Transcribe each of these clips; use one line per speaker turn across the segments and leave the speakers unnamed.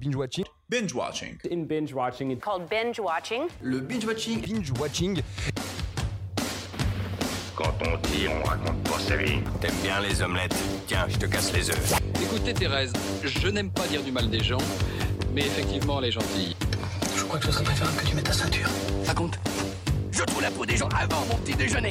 Binge watching.
Binge watching.
In binge watching, it's
called binge watching.
Le binge watching.
Binge watching.
Quand on dit, on raconte pas sa vie. T'aimes bien les omelettes Tiens, je te casse les œufs.
Écoutez Thérèse, je n'aime pas dire du mal des gens, mais effectivement elle est gentille.
Je crois que ce serait préférable que tu mettes ta ceinture.
Ça compte je trouve la peau des gens avant mon petit déjeuner.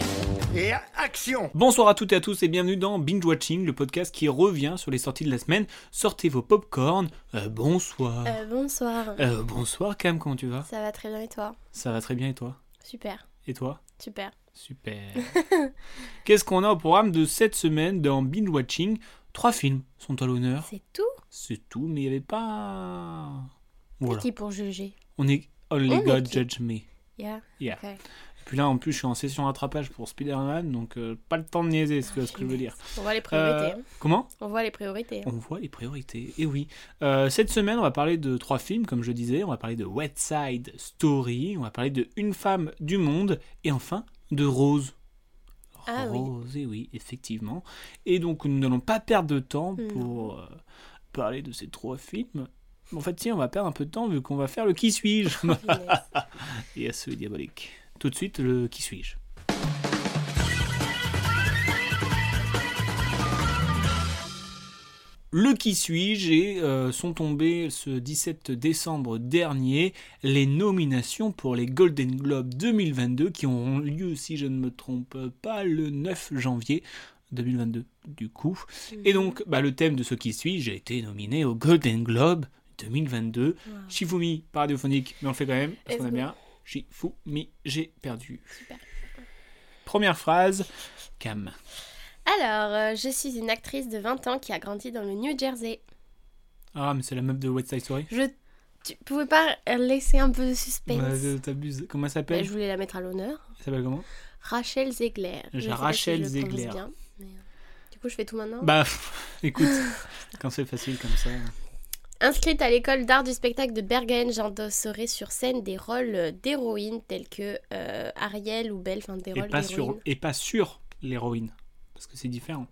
Et action
Bonsoir à toutes et à tous et bienvenue dans Binge Watching, le podcast qui revient sur les sorties de la semaine. Sortez vos popcorn. Euh, bonsoir.
Euh, bonsoir.
Euh, bonsoir Cam, comment tu vas
Ça va très bien et toi
Ça va très bien et toi
Super.
Et toi
Super.
Super. Qu'est-ce qu'on a au programme de cette semaine dans Binge Watching Trois films sont à l'honneur.
C'est tout
C'est tout, mais il n'y avait pas...
Voilà. qui pour juger
On est... Only On God judge me.
Yeah.
yeah. Okay. Et puis là, en plus, je suis en session rattrapage pour Spider-Man, donc euh, pas le temps de niaiser, si oh, tu vois ce que je veux dire.
On voit les priorités.
Euh, comment
On voit les priorités.
On voit les priorités, et oui. Euh, cette semaine, on va parler de trois films, comme je disais. On va parler de West Side Story, on va parler de Une femme du monde, et enfin de Rose.
Ah,
Rose, oui. et oui, effectivement. Et donc, nous n'allons pas perdre de temps mmh. pour parler de ces trois films. En fait, si, on va perdre un peu de temps vu qu'on va faire le qui suis-je. et à ce diabolique. Tout de suite, le qui suis-je. Le qui suis-je et euh, sont tombés ce 17 décembre dernier les nominations pour les Golden Globes 2022 qui auront lieu, si je ne me trompe pas, le 9 janvier. 2022 du coup. Et donc bah, le thème de ce qui suis-je a été nominé au Golden Globe 2022. Wow. Shifumi, pas radiophonique, mais on le fait quand même, parce qu'on aime bien. Shifumi, j'ai perdu.
Super.
Première phrase, Cam.
Alors, euh, je suis une actrice de 20 ans qui a grandi dans le New Jersey.
Ah, mais c'est la meuf de West Side Story
Je... Tu pouvais pas laisser un peu de suspense
bah, T'abuses. Comment elle s'appelle bah,
Je voulais la mettre à l'honneur.
Elle s'appelle comment
Rachel Zegler.
Rachel si Zegler.
Bien, mais... euh, Du coup, je fais tout maintenant
Bah, écoute, quand c'est facile comme ça... hein.
Inscrite à l'école d'art du spectacle de Bergen, j'endosserai sur scène des rôles d'héroïnes tels que euh, Ariel ou Belle, enfin des rôles d'héroïne.
Et pas sur l'héroïne, parce que c'est différent.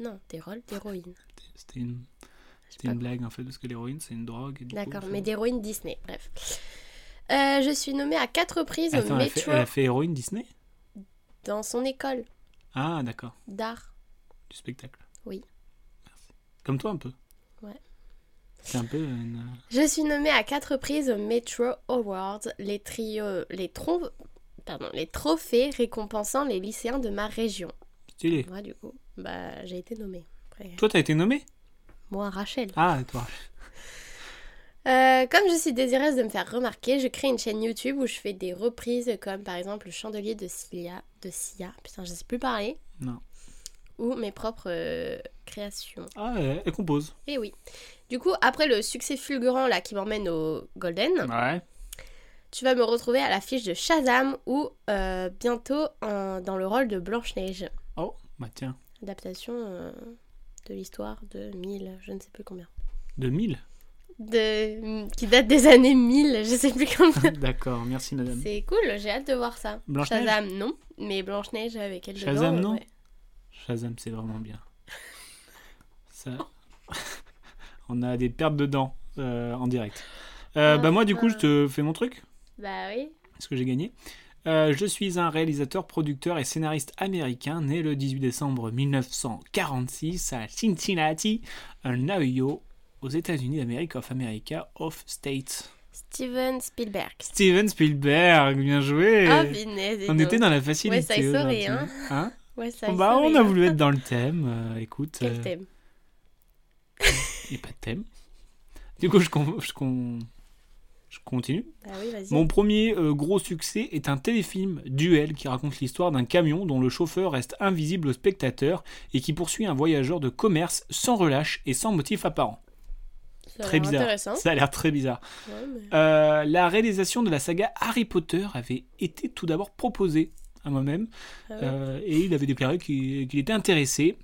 Non, des rôles d'héroïne.
C'était une, une blague quoi. en fait, parce que l'héroïne c'est une drogue.
D'accord, mais d'héroïne Disney, bref. Euh, je suis nommée à quatre reprises
Attends,
au
elle
Metro.
A fait, elle a fait héroïne Disney
Dans son école.
Ah, d'accord.
D'art.
Du spectacle.
Oui.
Merci. Comme toi un peu
Ouais.
C'est un peu une... euh,
Je suis nommée à quatre reprises aux Metro Awards, les, trio, les, trom... Pardon, les trophées récompensant les lycéens de ma région.
Stylé.
Moi, du coup, bah, j'ai été nommée. Après...
Toi, t'as été nommée
Moi, Rachel.
Ah, toi.
euh, comme je suis désireuse de me faire remarquer, je crée une chaîne YouTube où je fais des reprises comme par exemple le chandelier de Sia, de Sia, putain je sais plus parler.
Non.
Ou mes propres euh, créations.
Ah, elle, elle compose.
Et oui. Du coup, après le succès fulgurant là qui m'emmène au Golden,
ouais.
tu vas me retrouver à l'affiche de Shazam ou euh, bientôt en, dans le rôle de Blanche-Neige.
Oh, bah tiens.
Adaptation euh, de l'histoire de 1000, je ne sais plus combien.
De 1000
de... qui date des années 1000, je sais plus combien.
D'accord, merci madame.
C'est cool, j'ai hâte de voir ça. Shazam, non, mais Blanche-Neige avec elle
Shazam,
dedans,
non ouais. Shazam, c'est vraiment bien. ça... on a des pertes de dents euh, en direct. Euh, ah, bah moi du coup je te fais mon truc.
Bah oui.
Est-ce que j'ai gagné euh, je suis un réalisateur, producteur et scénariste américain né le 18 décembre 1946 à Cincinnati, un Ohio, aux États-Unis d'Amérique, of America, of States.
Steven Spielberg.
Steven Spielberg, bien joué.
Ah, finesse,
on était dans la facilité.
Ouais, ça y souris, hein.
hein
ouais, ça y
bah,
souris,
on a voulu hein. être dans le thème. écoute. euh,
Quel thème
il n'y a pas de thème. Du coup, je, con, je, con, je continue.
Ah oui,
Mon premier euh, gros succès est un téléfilm duel qui raconte l'histoire d'un camion dont le chauffeur reste invisible au spectateur et qui poursuit un voyageur de commerce sans relâche et sans motif apparent.
Ça
très bizarre.
Oh.
Ça a l'air très bizarre.
Ouais, mais...
euh, la réalisation de la saga Harry Potter avait été tout d'abord proposée à moi-même ah ouais. euh, et il avait déclaré qu'il qu était intéressé.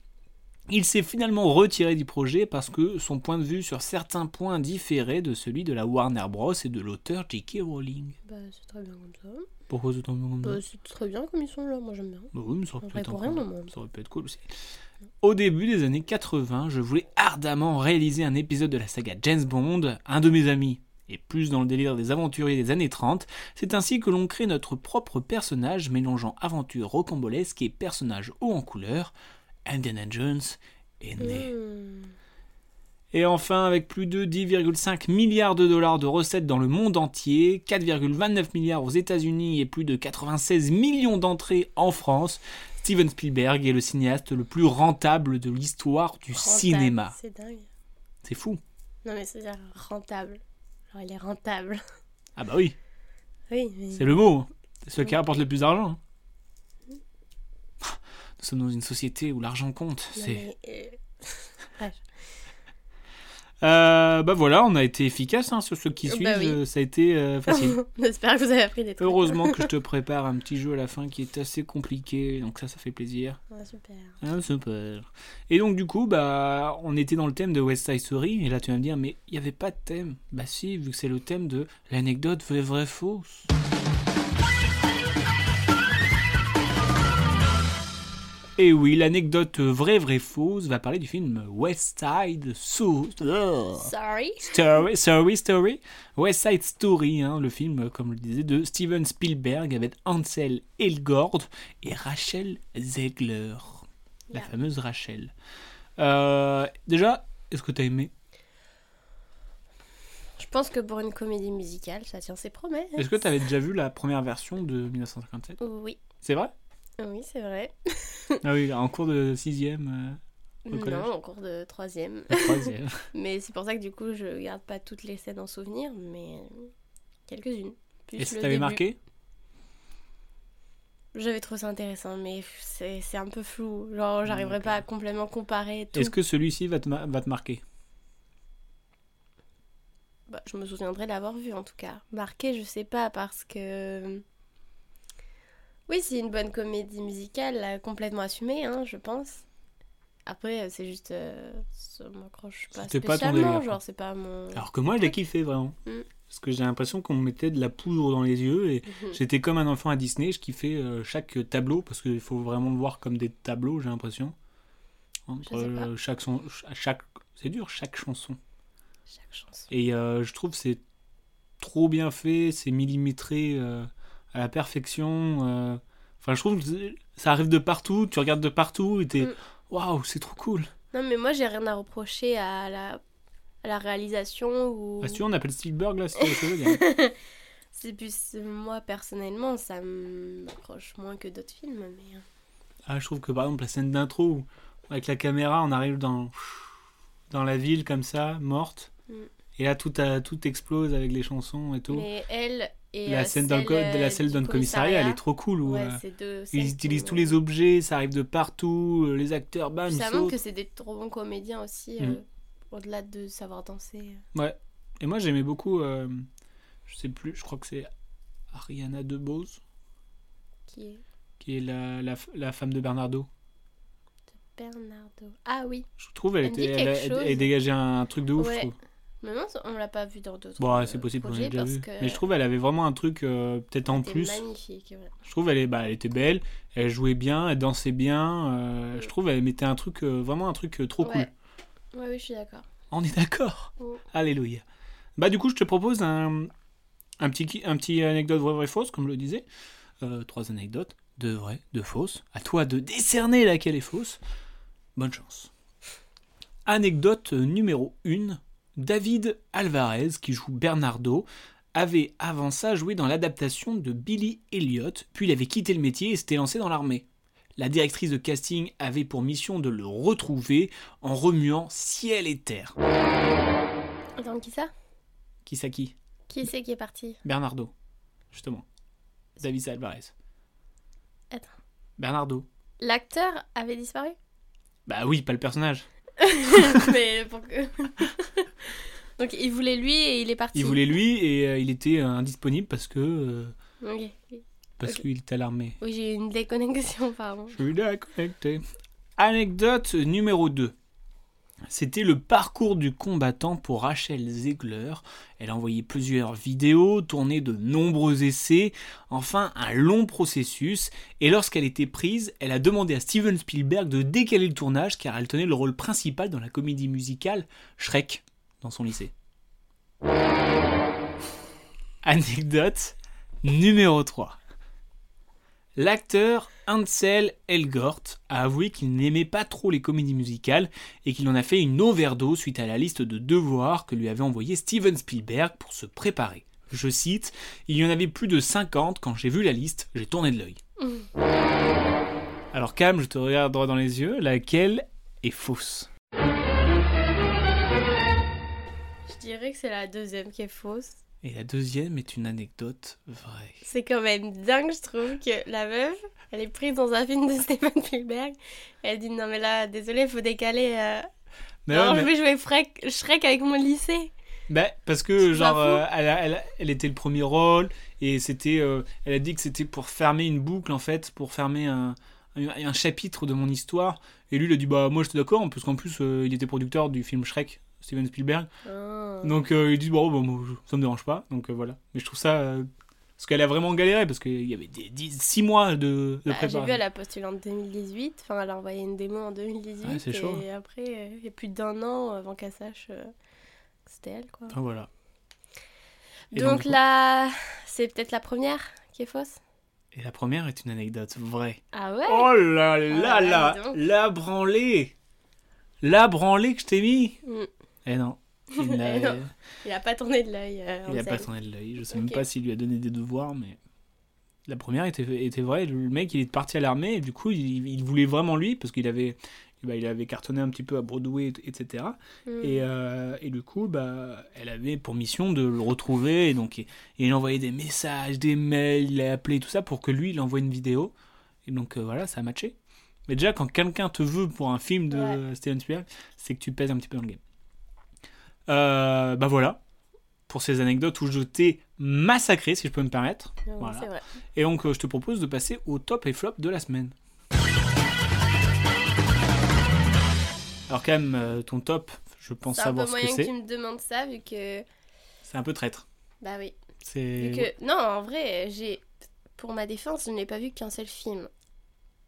Il s'est finalement retiré du projet parce que son point de vue sur certains points différait de celui de la Warner Bros. et de l'auteur J.K. Rowling.
Bah, c'est très bien comme ça.
Pourquoi ça tombe comme ça
Bah, c'est très bien comme ils sont là, moi j'aime bien.
Bah oui, mais ça aurait
On
pu être
répond rien,
encore-
non, moi.
ça aurait pu être cool aussi. Au début des années 80, je voulais ardemment réaliser un épisode de la saga James Bond, un de mes amis. Et plus dans le délire des aventuriers des années 30, c'est ainsi que l'on crée notre propre personnage mélangeant aventure rocambolesque et personnages haut en couleur. Indiana Jones est né.
Hmm.
Et enfin, avec plus de 10,5 milliards de dollars de recettes dans le monde entier, 4,29 milliards aux États-Unis et plus de 96 millions d'entrées en France, Steven Spielberg est le cinéaste le plus rentable de l'histoire du
Rentable,
cinéma.
C'est dingue.
C'est fou.
Non, mais c'est-à-dire rentable. Genre, il est rentable.
Ah bah oui,
Oui, mais.
c'est le mot. hein. C'est celui qui rapporte le plus d'argent. hein. Nous sommes dans une société où l'argent compte.
Non,
C'est...
mais, euh,
Euh, bah voilà, on a été efficace hein, sur ceux qui
Bah
suivent.
oui.
euh, Ça a été euh, facile.
J'espère que vous avez appris des trucs.
Heureusement que je te prépare un petit jeu à la fin qui est assez compliqué, donc ça, ça fait plaisir.
Ah, super.
Ah, super. Et donc, du coup, bah, on était dans le thème de West Side Story, et là, tu vas me dire, mais il n'y avait pas de thème. Bah, si, vu que c'est le thème de l'anecdote vraie, vraie, fausse. Et oui, l'anecdote vraie, vraie, fausse va parler du film West Side Oh. So-
Sorry.
Story, Story, Story, West Side Story, hein, le film, comme je le disais, de Steven Spielberg avec Ansel Elgord et Rachel Zegler, la
Yeah.
fameuse Rachel. Euh, déjà, est-ce que t'as aimé
Je pense que pour une comédie musicale, ça tient ses promesses.
Est-ce que t'avais déjà vu la première version de 1957
Oui,
C'est vrai
oui, c'est vrai.
Ah oui, en cours de sixième, Au collège.
Non, en cours de troisième.
euh, troisième.
Mais c'est pour ça que du coup, je garde pas toutes les scènes en souvenir, mais euh, quelques-unes. Plus
Et ça
le
t'avait
début.
marqué
J'avais trouvé ça intéressant, mais c'est c'est un peu flou. Genre, j'arriverai pas à complètement comparer tout.
Est-ce que celui-ci va te, ma- va te marquer
Bah, je me souviendrai de l'avoir vu en tout cas. Marqué, je sais pas, parce que. euh, Oui, c'est une bonne comédie musicale, là, complètement assumée, hein, je pense. Après, euh, c'est juste. euh, ça m'accroche pas
C'était pas ton
spécialement,
délire, quoi.
genre, c'est pas mon.
Alors que moi, je l'ai kiffé vraiment.
Mm.
Parce que j'ai l'impression qu'on me mettait de la poudre dans les yeux et j'étais comme un enfant à Disney. Je kiffais euh, chaque tableau parce qu'il faut vraiment le voir comme des tableaux, j'ai l'impression. Entre
Je sais pas.
euh, chaque son, ch- à chaque, c'est dur, chaque chanson.
Chaque chanson.
Et euh, je trouve que c'est trop bien fait, c'est millimétré euh, à la perfection. euh. Enfin, je trouve que c'est- ça arrive de partout, tu regardes de partout et t'es
Mm.
waouh, c'est trop cool.
Non, mais moi, j'ai rien à reprocher à la, à la réalisation ou.
Ah, si tu veux, on appelle Spielberg là, si tu veux, je veux dire.
c'est plus. euh, Moi, personnellement, ça m'accroche moins que d'autres films, mais. euh,
Ah, je trouve que par exemple la scène d'intro où, avec la caméra, on arrive dans dans la ville comme ça, morte,
Mm.
et là tout a- tout explose avec les chansons et tout.
Mais elle et.
la
euh,
scène dans le co-
celle,
de la
euh,
celle
du
dans le commissariat, elle est trop cool. où,
Ouais,
euh,
c'est deux
ils
scènes
utilisent
qui
tous
m'ont-
les objets, ça arrive de partout, euh, les acteurs, bam,
Puis
ils
ça montre
sautent.
que c'est des trop bons comédiens aussi,
Mm.
euh, au-delà de savoir danser. euh,
Ouais. Et moi j'aimais beaucoup, euh, je sais plus, je crois que c'est Ariana DeBose
Qui est
qui est la, la, la femme de Bernardo.
Bernardo. Ah oui,
Je trouve elle
Elle me
était,
dit
elle,
quelque
elle- elle
chose.
dégageait un truc de ouf. je
Ouais.
trouve.
maintenant on l'a pas vu dans d'autres.
Bon, ouais,
euh,
Bah, c'est possible, on l'a
projets
déjà
parce
vu.
que
Mais je trouve elle avait vraiment un truc euh, peut-être en
c'était
plus.
magnifique. ouais.
Je trouve elle, est, bah, elle était belle, elle jouait bien, elle dansait bien. euh, je trouve elle mettait un truc, euh, vraiment un truc euh, trop
Ouais.
cool.
Ouais, oui, je suis d'accord.
On est d'accord.
Oh.
Alléluia. Bah du coup, je te propose un, un petit qui- un petit anecdote vraie vraie fausse, comme je le disais. Euh, trois anecdotes, de vraies, de fausses. À toi de décerner laquelle est fausse. Bonne chance. Anecdote numéro 1. David Alvarez, qui joue Bernardo, avait avant ça joué dans l'adaptation de Billy Elliot, puis il avait quitté le métier et s'était lancé dans l'armée. La directrice de casting avait pour mission de le retrouver en remuant ciel et terre.
Attends, qui ça
Qui ça qui
Qui c'est qui est parti
Bernardo, justement. David Alvarez.
Attends.
Bernardo.
L'acteur avait disparu
Bah oui, pas le personnage.
Mais pour que. Donc il voulait lui et il est parti.
Il voulait lui et euh, il était euh, indisponible parce que euh,
Ok.
parce
Ok.
qu'il était à l'armée.
Oui, j'ai eu une déconnexion, pardon.
Je suis là connecté. Anecdote numéro 2. C'était le parcours du combattant pour Rachel Zegler. Elle a envoyé plusieurs vidéos, tourné de nombreux essais, enfin un long processus. Et lorsqu'elle était prise, elle a demandé à Steven Spielberg de décaler le tournage car elle tenait le rôle principal dans la comédie musicale Shrek dans son lycée. Anecdote numéro 3. L'acteur Ansel Elgort a avoué qu'il n'aimait pas trop les comédies musicales et qu'il en a fait une overdose suite à la liste de devoirs que lui avait envoyé Steven Spielberg pour se préparer. Je cite Il y en avait plus de 50 quand j'ai vu la liste, j'ai tourné de l'œil. Alors Cam, je te regarde droit dans les yeux, laquelle est fausse
Je dirais que c'est la deuxième qui est fausse.
Et la deuxième est une anecdote vraie.
C'est quand même dingue, je trouve, que la meuf, elle est prise dans un film de Steven Spielberg. Elle dit non, mais là, désolé, faut décaler. euh,
Mais
alors,
ouais,
je
mais-
vais jouer Shrek, Shrek avec mon lycée.
Bah, parce que
C'est
genre euh,
pas faux.
elle, a- elle a- elle était le premier rôle et c'était euh, elle a dit que c'était pour fermer une boucle en fait pour fermer un, un, un chapitre de mon histoire et lui il a dit bah moi j'étais d'accord parce qu'en plus euh, il était producteur du film Shrek Steven Spielberg
Ah.
donc euh, il dit bon, bon, bon, ça me dérange pas donc euh, voilà mais je trouve ça euh, parce qu'elle a vraiment galéré parce qu'il y avait des 6 mois de, de
Bah, J'ai
préparation
vu, elle a postulé en 2018. Enfin, elle a envoyé une démo en 2018.
Ouais, c'est chaud. hein.
Et après, euh, il y a plus d'un an avant qu'elle sache euh, que c'était elle, quoi.
Enfin, voilà Et
Donc là, c'est peut-être la première qui est fausse.
et la première est une anecdote vraie
Ah ouais
Oh là là
là là,
là
Ah, dis donc.
La branlée La branlée que je t'ai mis
Mm.
Eh non. Il n'a
Eh non, Il a pas tourné de l'œil. euh,
il a
Hansel.
pas tourné de l'œil. Je sais même
Ok.
pas s'il lui a donné des devoirs, mais. La première était, était vraie. Le mec, il est parti à l'armée et du coup, il, il voulait vraiment lui parce qu'il avait. bah, il avait cartonné un petit peu à Broadway, etc.
Mm.
Et, euh, et du coup, bah, elle avait pour mission de le retrouver. Et donc, il, il envoyait des messages, des mails, il l'a appelé, tout ça, pour que lui, il envoie une vidéo. Et donc, euh, voilà, ça a matché. Mais déjà, quand quelqu'un te veut pour un film de Steven Spielberg, c'est que tu pèses un petit peu dans le game. Euh, bah voilà, pour ces anecdotes où je t'ai massacré, si je peux me permettre.
Ouais,
voilà.
C'est vrai.
Et donc, euh, je te propose de passer au top et flop de la semaine. Alors, quand même, euh, ton top, je pense
C'est un peu
savoir ce que
moyen que
c'est.
tu me demandes ça, vu que.
C'est un peu traître.
Bah oui.
C'est.
Vu que... Non, en vrai, j'ai. Pour ma défense, je n'ai pas vu qu'un seul film.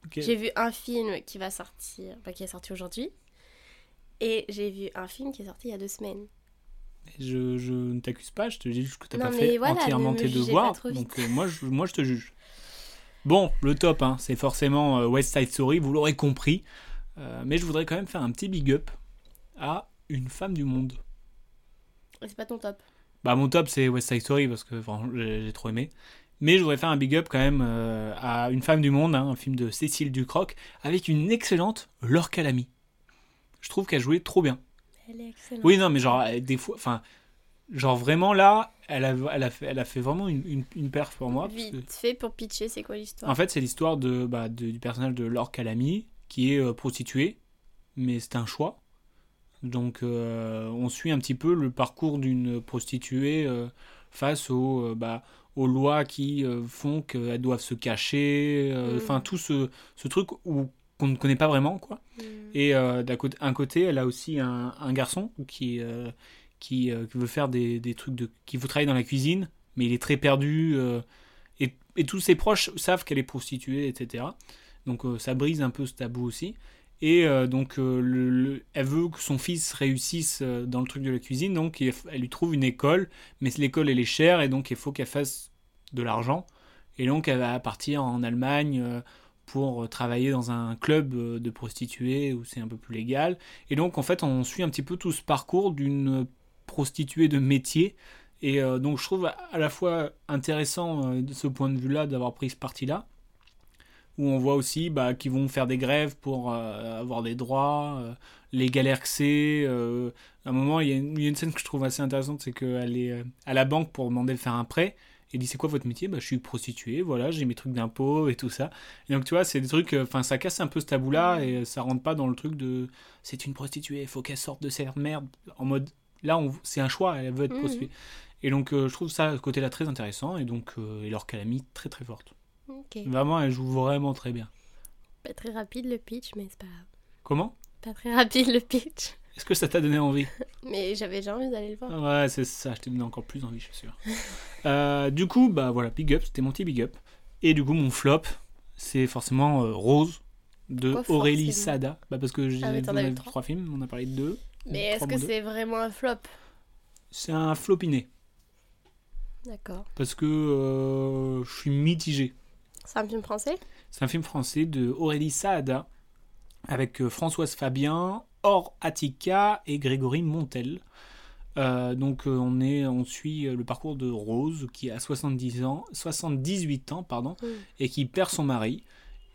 Ok.
J'ai vu un film qui va sortir, enfin, qui est sorti aujourd'hui, et j'ai vu un film qui est sorti il y a deux semaines.
Je, je ne t'accuse pas, je te dis juste que t'as
Non,
pas
mais
fait
voilà,
entièrement
ne me
tes
jugez
devoirs.
pas trop vite.
Donc, euh, moi, je, moi, je te juge. Bon, le top, hein, c'est forcément euh, West Side Story, vous l'aurez compris. Euh, mais je voudrais quand même faire un petit big up à une femme du monde.
Et c'est pas ton top.
Bah mon top c'est West Side Story parce que enfin, j'ai j'ai trop aimé. Mais je voudrais faire un big up quand même euh, à Une femme du monde, hein, un film de Cécile Ducroc, avec une excellente Lorca Lamy. Je trouve qu'elle jouait trop bien.
Elle est excellente.
Oui, non, mais genre, euh, des fois, enfin, genre vraiment là, elle a, elle a, fait, elle a fait vraiment une, une, une perf pour moi. parce que-
Vite fait pour pitcher, c'est quoi l'histoire
en fait, c'est l'histoire de, bah, de- du personnage de Laure Calamy, qui est euh, prostituée, mais c'est un choix. Donc, euh, on suit un petit peu le parcours d'une prostituée euh, face aux, euh, bah, aux lois qui euh, font qu'elles doivent se cacher, euh,
Mm.
enfin, tout ce, ce truc où- qu'on ne connaît pas vraiment, quoi.
Mm.
Et euh, d'un côté, un côté, elle a aussi un, un garçon qui, euh, qui, euh, qui veut faire des, des trucs de. qui veut travailler dans la cuisine, mais il est très perdu. euh, et, et tous ses proches savent qu'elle est prostituée, etc. Donc euh, ça brise un peu ce tabou aussi. Et euh, donc euh, le- le- elle veut que son fils réussisse euh, dans le truc de la cuisine, donc il- elle lui trouve une école, mais l'école elle est chère et donc il faut qu'elle fasse de l'argent. Et donc elle va partir en Allemagne. euh, pour euh, travailler dans un club euh, de prostituées où c'est un peu plus légal. Et donc, en fait, on suit un petit peu tout ce parcours d'une prostituée de métier. Et euh, donc, je trouve à- à la fois intéressant euh, de ce point de vue-là d'avoir pris ce parti-là, où on voit aussi bah, qu'ils vont faire des grèves pour euh, avoir des droits, euh, les galères que c'est. euh. à un moment, il y, a une- il y a une scène que je trouve assez intéressante, c'est qu'elle est euh, à la banque pour demander de faire un prêt. Et dit c'est quoi votre métier bah, Je suis prostituée, voilà, j'ai mes trucs d'impôts et tout ça. Et donc tu vois, c'est des trucs, euh, enfin ça casse un peu ce tabou là et euh, ça rentre pas dans le truc de c'est une prostituée, il faut qu'elle sorte de cette merde. En mode là, on, c'est un choix, elle veut être
Mhm.
prostituée. Et donc euh, je trouve ça, ce côté là, très intéressant et donc euh, et leur calamie très très forte.
Ok.
Hmm. Vraiment, elle joue vraiment très bien.
Pas très rapide le pitch, mais c'est pas grave.
Comment
Pas très rapide le pitch.
Est-ce que ça t'a donné envie
Mais j'avais déjà envie d'aller le voir.
Ouais, c'est ça, je t'ai donné encore plus envie, je suis sûr. Euh, du coup, bah voilà, big up, c'était mon petit big up. Et du coup, mon flop, c'est forcément euh, Rose de
Pourquoi
Aurélie
forcément
Sada. Bah parce que j'ai
Ah oui, t'en
on
as
a
eu
vu
trois.
trois films, on a parlé de deux. Trois
Mais est-ce que
moins deux.
c'est vraiment un flop
C'est un flopiné,
D'accord.
parce que euh, je suis mitigé.
C'est un film français
C'est un film français de Aurélie Saada avec euh, Françoise Fabien, Or Attica et Grégory Montel. Euh, donc euh, on, est, on suit euh, le parcours de Rose qui a 70 ans, 78 ans pardon,
Mm.
et qui perd son mari.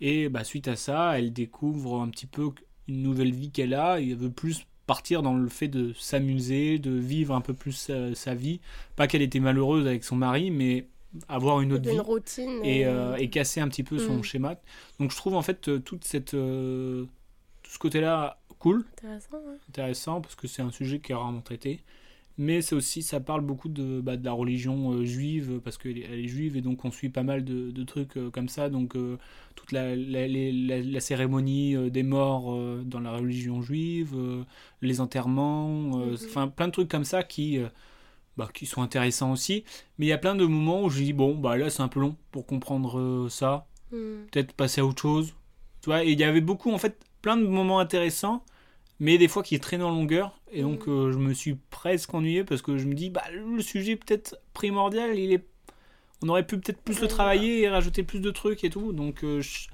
Et bah, suite à ça, elle découvre un petit peu une nouvelle vie qu'elle a et elle veut plus partir dans le fait de s'amuser, de vivre un peu plus euh, sa vie. Pas qu'elle était malheureuse avec son mari, mais avoir une autre vie
D'une routine
et,
euh,
euh, et casser un petit peu son
Mm.
schéma. Donc je trouve en fait euh, toute cette, euh, tout ce côté-là cool,
Intéressant, hein.
intéressant, parce que c'est un sujet qui est rarement traité. Mais c'est aussi, ça parle beaucoup de, bah, de la religion euh, juive, parce qu'elle est, elle est juive, et donc on suit pas mal de, de trucs euh, comme ça. Donc euh, toute la, la- les- la- la cérémonie euh, des morts euh, dans la religion juive, euh, les enterrements, euh,
Mhm.
enfin plein de trucs comme ça qui, euh, bah, qui sont intéressants aussi. Mais il y a plein de moments où je dis, bon, bah là c'est un peu long pour comprendre euh, ça
Hmm.
peut-être passer à autre chose. Tu vois, et il y avait beaucoup, en fait, plein de moments intéressants, mais des fois qui traînent en longueur. Et donc,
Mhm.
euh, je me suis presque ennuyé parce que je me dis, bah, le sujet peut-être primordial, il est... on aurait pu peut-être plus le
Ouais.
travailler et rajouter plus de trucs et tout. Donc, euh, je-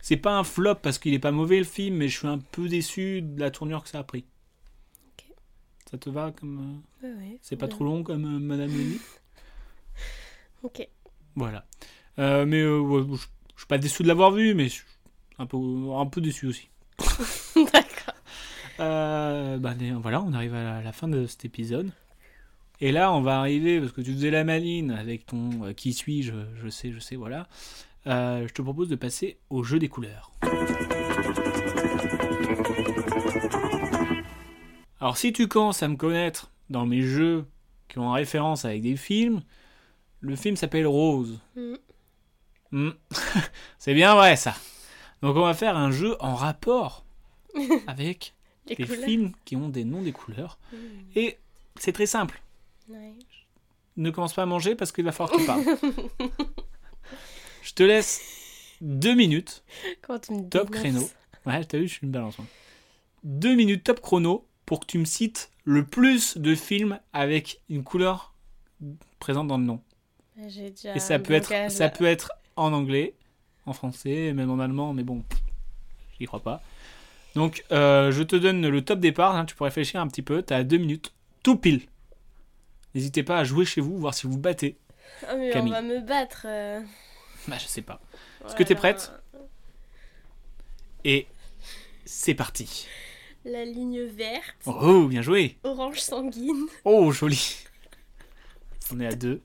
c'est pas un flop parce qu'il est pas mauvais le film, mais je suis un peu déçu de la tournure que ça a pris.
Ok.
Ça te va comme. euh,
Ouais, ouais,
C'est pas
bien.
trop long comme euh, Madame Lely
Ok.
Voilà. Euh, mais euh, ouais, je je suis pas déçu de l'avoir vu, mais je suis un peu, un peu déçu aussi.
D'accord.
Euh, bah, mais, voilà, on arrive à la, la fin de cet épisode. Et là, on va arriver, parce que tu faisais la maline avec ton euh, qui suis-je, je sais, je sais, voilà. Euh, je te propose de passer au jeu des couleurs. Alors, si tu commences à me connaître dans mes jeux qui ont référence avec des films, le film s'appelle Rose.
Hmm.
Hmm. C'est bien vrai ça. Donc on va faire un jeu en rapport avec
Les
des
couleurs.
films qui ont des noms des couleurs.
Hmm.
Et c'est très simple.
Ouais.
Ne commence pas à manger parce qu'il va falloir que tu parles. je te laisse deux minutes.
Quand tu me
Top
dénonces.
créneau. Ouais, t'as vu, je suis une balance. hein. Deux minutes top chrono pour que tu me cites le plus de films avec une couleur présente dans le nom.
bah, J'ai déjà
Et ça
un
peut, être,
blocage.
ça peut être en anglais, en français, même en allemand, mais bon, j'y crois pas. Donc, euh, je te donne le top départ. hein, tu peux réfléchir un petit peu. Tu as deux minutes, tout pile. N'hésitez pas à jouer chez vous, voir si vous battez.
Ah, mais
Camille.
on va me battre. euh.
Bah, je sais pas.
Est-ce
que t'es prête Et c'est parti.
La ligne verte,
Oh, bien joué.
orange sanguine,
Oh, joli. On est à deux.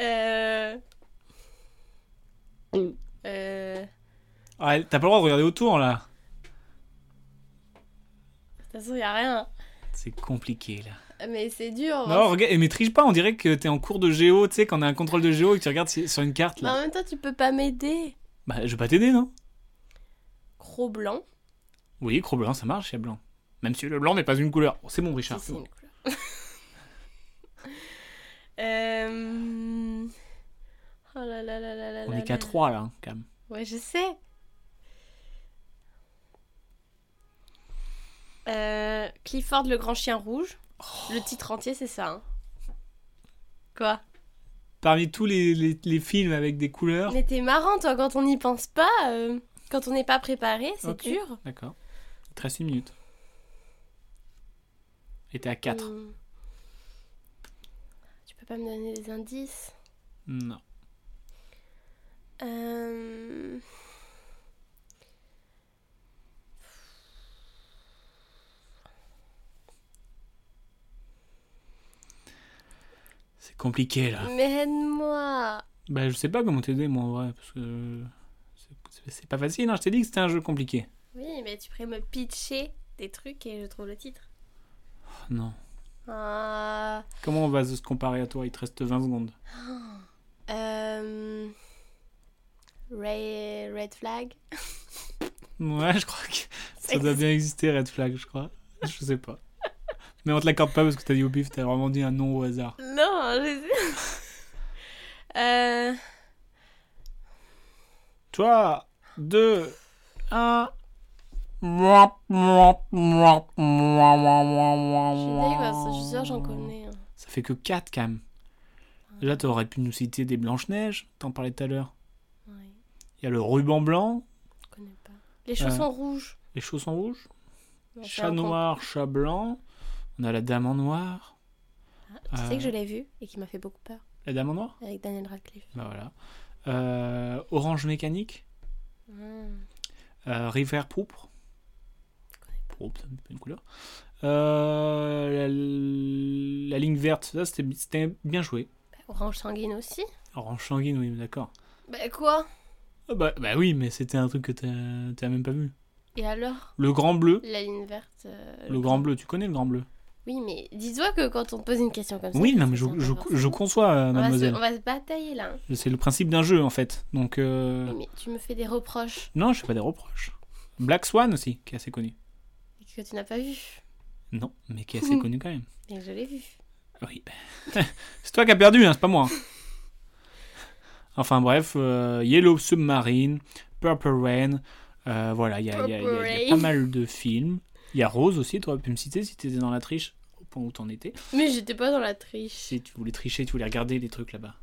euh... Euh...
Ah, t'as pas le droit de regarder autour là.
De toute façon, y a rien.
C'est compliqué là.
Mais c'est dur. hein.
Non, regarde, mais triche pas. On dirait que t'es en cours de géo. Tu sais, quand on a un contrôle de géo et que tu regardes si- sur une carte
Mais
là.
en même temps, tu peux pas m'aider.
Bah, je vais pas t'aider, non
Gros blanc.
Oui, gros blanc, ça marche, il y a blanc. Même si le blanc n'est pas une couleur. Oh, c'est bon, Richard.
Si, c'est une couleur. euh... Oh là là là là là
On
là
est qu'à
là.
3 là, hein, quand même.
Ouais, je sais. Euh, Clifford le grand chien rouge.
Oh.
Le titre entier, c'est ça. hein. Quoi
Parmi tous les, les- les films avec des couleurs.
Mais t'es marrant, toi, quand on n'y pense pas. euh, Quand on n'est pas préparé, c'est
Ok.
dur.
D'accord. Il te reste une minute. Et t'es à 4.
Hmm. Tu peux pas me donner des indices
Non.
Euh,
C'est compliqué là.
Mais aide-moi
Bah, je sais pas comment t'aider, moi, en vrai. Parce que. c'est- c'est- C'est pas facile, hein. Je t'ai dit que c'était un jeu compliqué.
Oui, mais tu pourrais me pitcher des trucs et je trouve le titre.
Oh, non.
Ah,
Comment on va se comparer à toi Il te reste 20 secondes.
euh, Ray- Red Flag
Ouais, je crois que ça doit bien exister, Red Flag, je crois. Je sais pas. Mais on te l'accorde pas parce que t'as dit au pif, t'as vraiment dit un nom au hasard.
Non, je sais. Euh,
Toi, deux, un. Mouap, mouap, mouap, mouap, mouap, mouap,
je suis dégueulasse, je suis sûre,
Mmh.
j'en connais. hein.
Ça fait que 4 quand même. Là, t'aurais pu nous citer des Blanches-Neiges, t'en parlais tout à l'heure.
Ouais,
Il y a le ruban blanc,
je connais pas. Les chaussons rouges.
les chaussons rouges,
Non, c'est
chat
un con.
noir, chat blanc. On a la dame en noir.
Ah, Tu
Euh,
sais que je l'ai vu et qui m'a fait beaucoup peur
La dame en noir
avec Daniel Radcliffe.
Bah voilà. Euh, orange mécanique.
Hmm.
Euh, River Pourpre. Pourpre, ça me dit pas une couleur. Euh, la, la ligne verte, ça c'était bi- c'était bien joué.
Bah, Orange sanguine aussi
Orange sanguine, oui, d'accord.
Bah quoi
Ah bah, bah oui, mais c'était un truc que t'as t'as même pas vu.
Et alors
Le grand bleu.
La ligne verte. euh,
Le grand bleu, tu connais le grand bleu
Oui, mais dis-toi que quand on pose une question comme ça.
Oui,
ça
non, mais je,
sert pas
je-
forcément.
je conçois, euh,
On va se-
mademoiselle. Euh.
On va se batailler là. hein.
C'est le principe d'un jeu, en fait. Donc, euh,
Oui, mais tu me fais des reproches
non, je fais pas des reproches. Black Swan aussi, qui est assez connu.
que tu n'as pas vu.
Non, mais qui est assez connu quand même.
Et je l'ai vu.
Oui. c'est toi qui as perdu, hein, c'est pas moi. Enfin bref, euh, Yellow Submarine, Purple Rain, euh, voilà, il y, a- il y a- il y a- il y a
Purple Rain.
pas mal de films. Il y a Rose aussi, tu aurais pu me citer si tu étais dans la triche, au point où t'en étais.
Mais j'étais pas dans la triche.
Si tu voulais tricher, tu voulais regarder les trucs là-bas.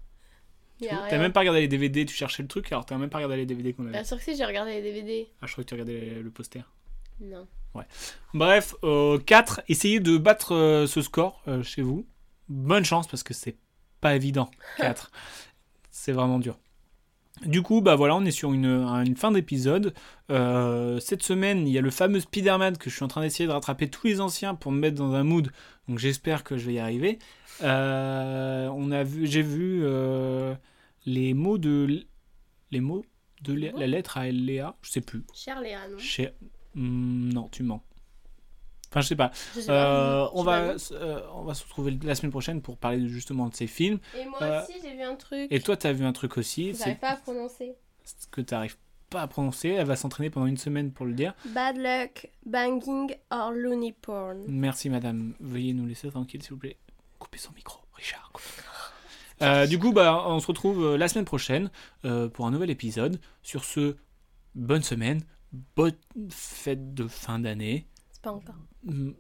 Y a
T'as
rien.
même pas regardé les DVD, tu cherchais le truc, alors t'as même pas regardé les DVD qu'on avait.
Bien sûr que si, j'ai regardé les DVD.
Ah, je crois que tu regardais le poster.
Non.
Bref, 4, essayez de battre euh, ce score euh, chez vous. Bonne chance parce que c'est pas évident. 4. c'est vraiment dur. Du coup, bah voilà, on est sur une, une fin d'épisode. Euh, cette semaine, il y a le fameux Spider-Man que je suis en train d'essayer de rattraper tous les anciens pour me mettre dans un mood. Donc j'espère que je vais y arriver. Euh, on a vu, j'ai vu euh, les mots de l- les mots de la- la lettre à Léa. Je sais plus.
Cher Léa, non
Chez... Hmm, non, tu mens. Enfin, je sais pas.
Je sais
Euh,
pas.
on,
Je sais
va, euh, on va se retrouver la semaine prochaine pour parler de- justement de ces films.
pas. Et moi
euh,
aussi, j'ai vu un truc.
Et toi, t'as vu un truc aussi, c'est
J'arrive pas à prononcer.
ce que t'arrives pas à prononcer. Elle va s'entraîner pendant une semaine pour le dire.
Bad luck, banging or loony porn.
Merci, madame. Veuillez nous laisser tranquille, s'il vous plaît. Coupez son micro, Richard. coupez son micro. Euh, du coup, bah, on se retrouve euh, la semaine prochaine euh, pour un nouvel épisode. Sur ce, bonne semaine, bonne fête de fin d'année.
C'est pas encore.
Hum,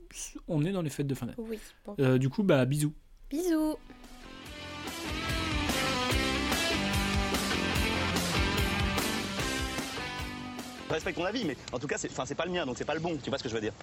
On est dans les fêtes de fin d'année.
Oui, bon.
Euh, du coup, bah, bisous.
Bisous
Je respecte ton avis, mais en tout cas, c'est enfin, c'est pas le mien, donc c'est pas le bon. Tu vois ce que je veux dire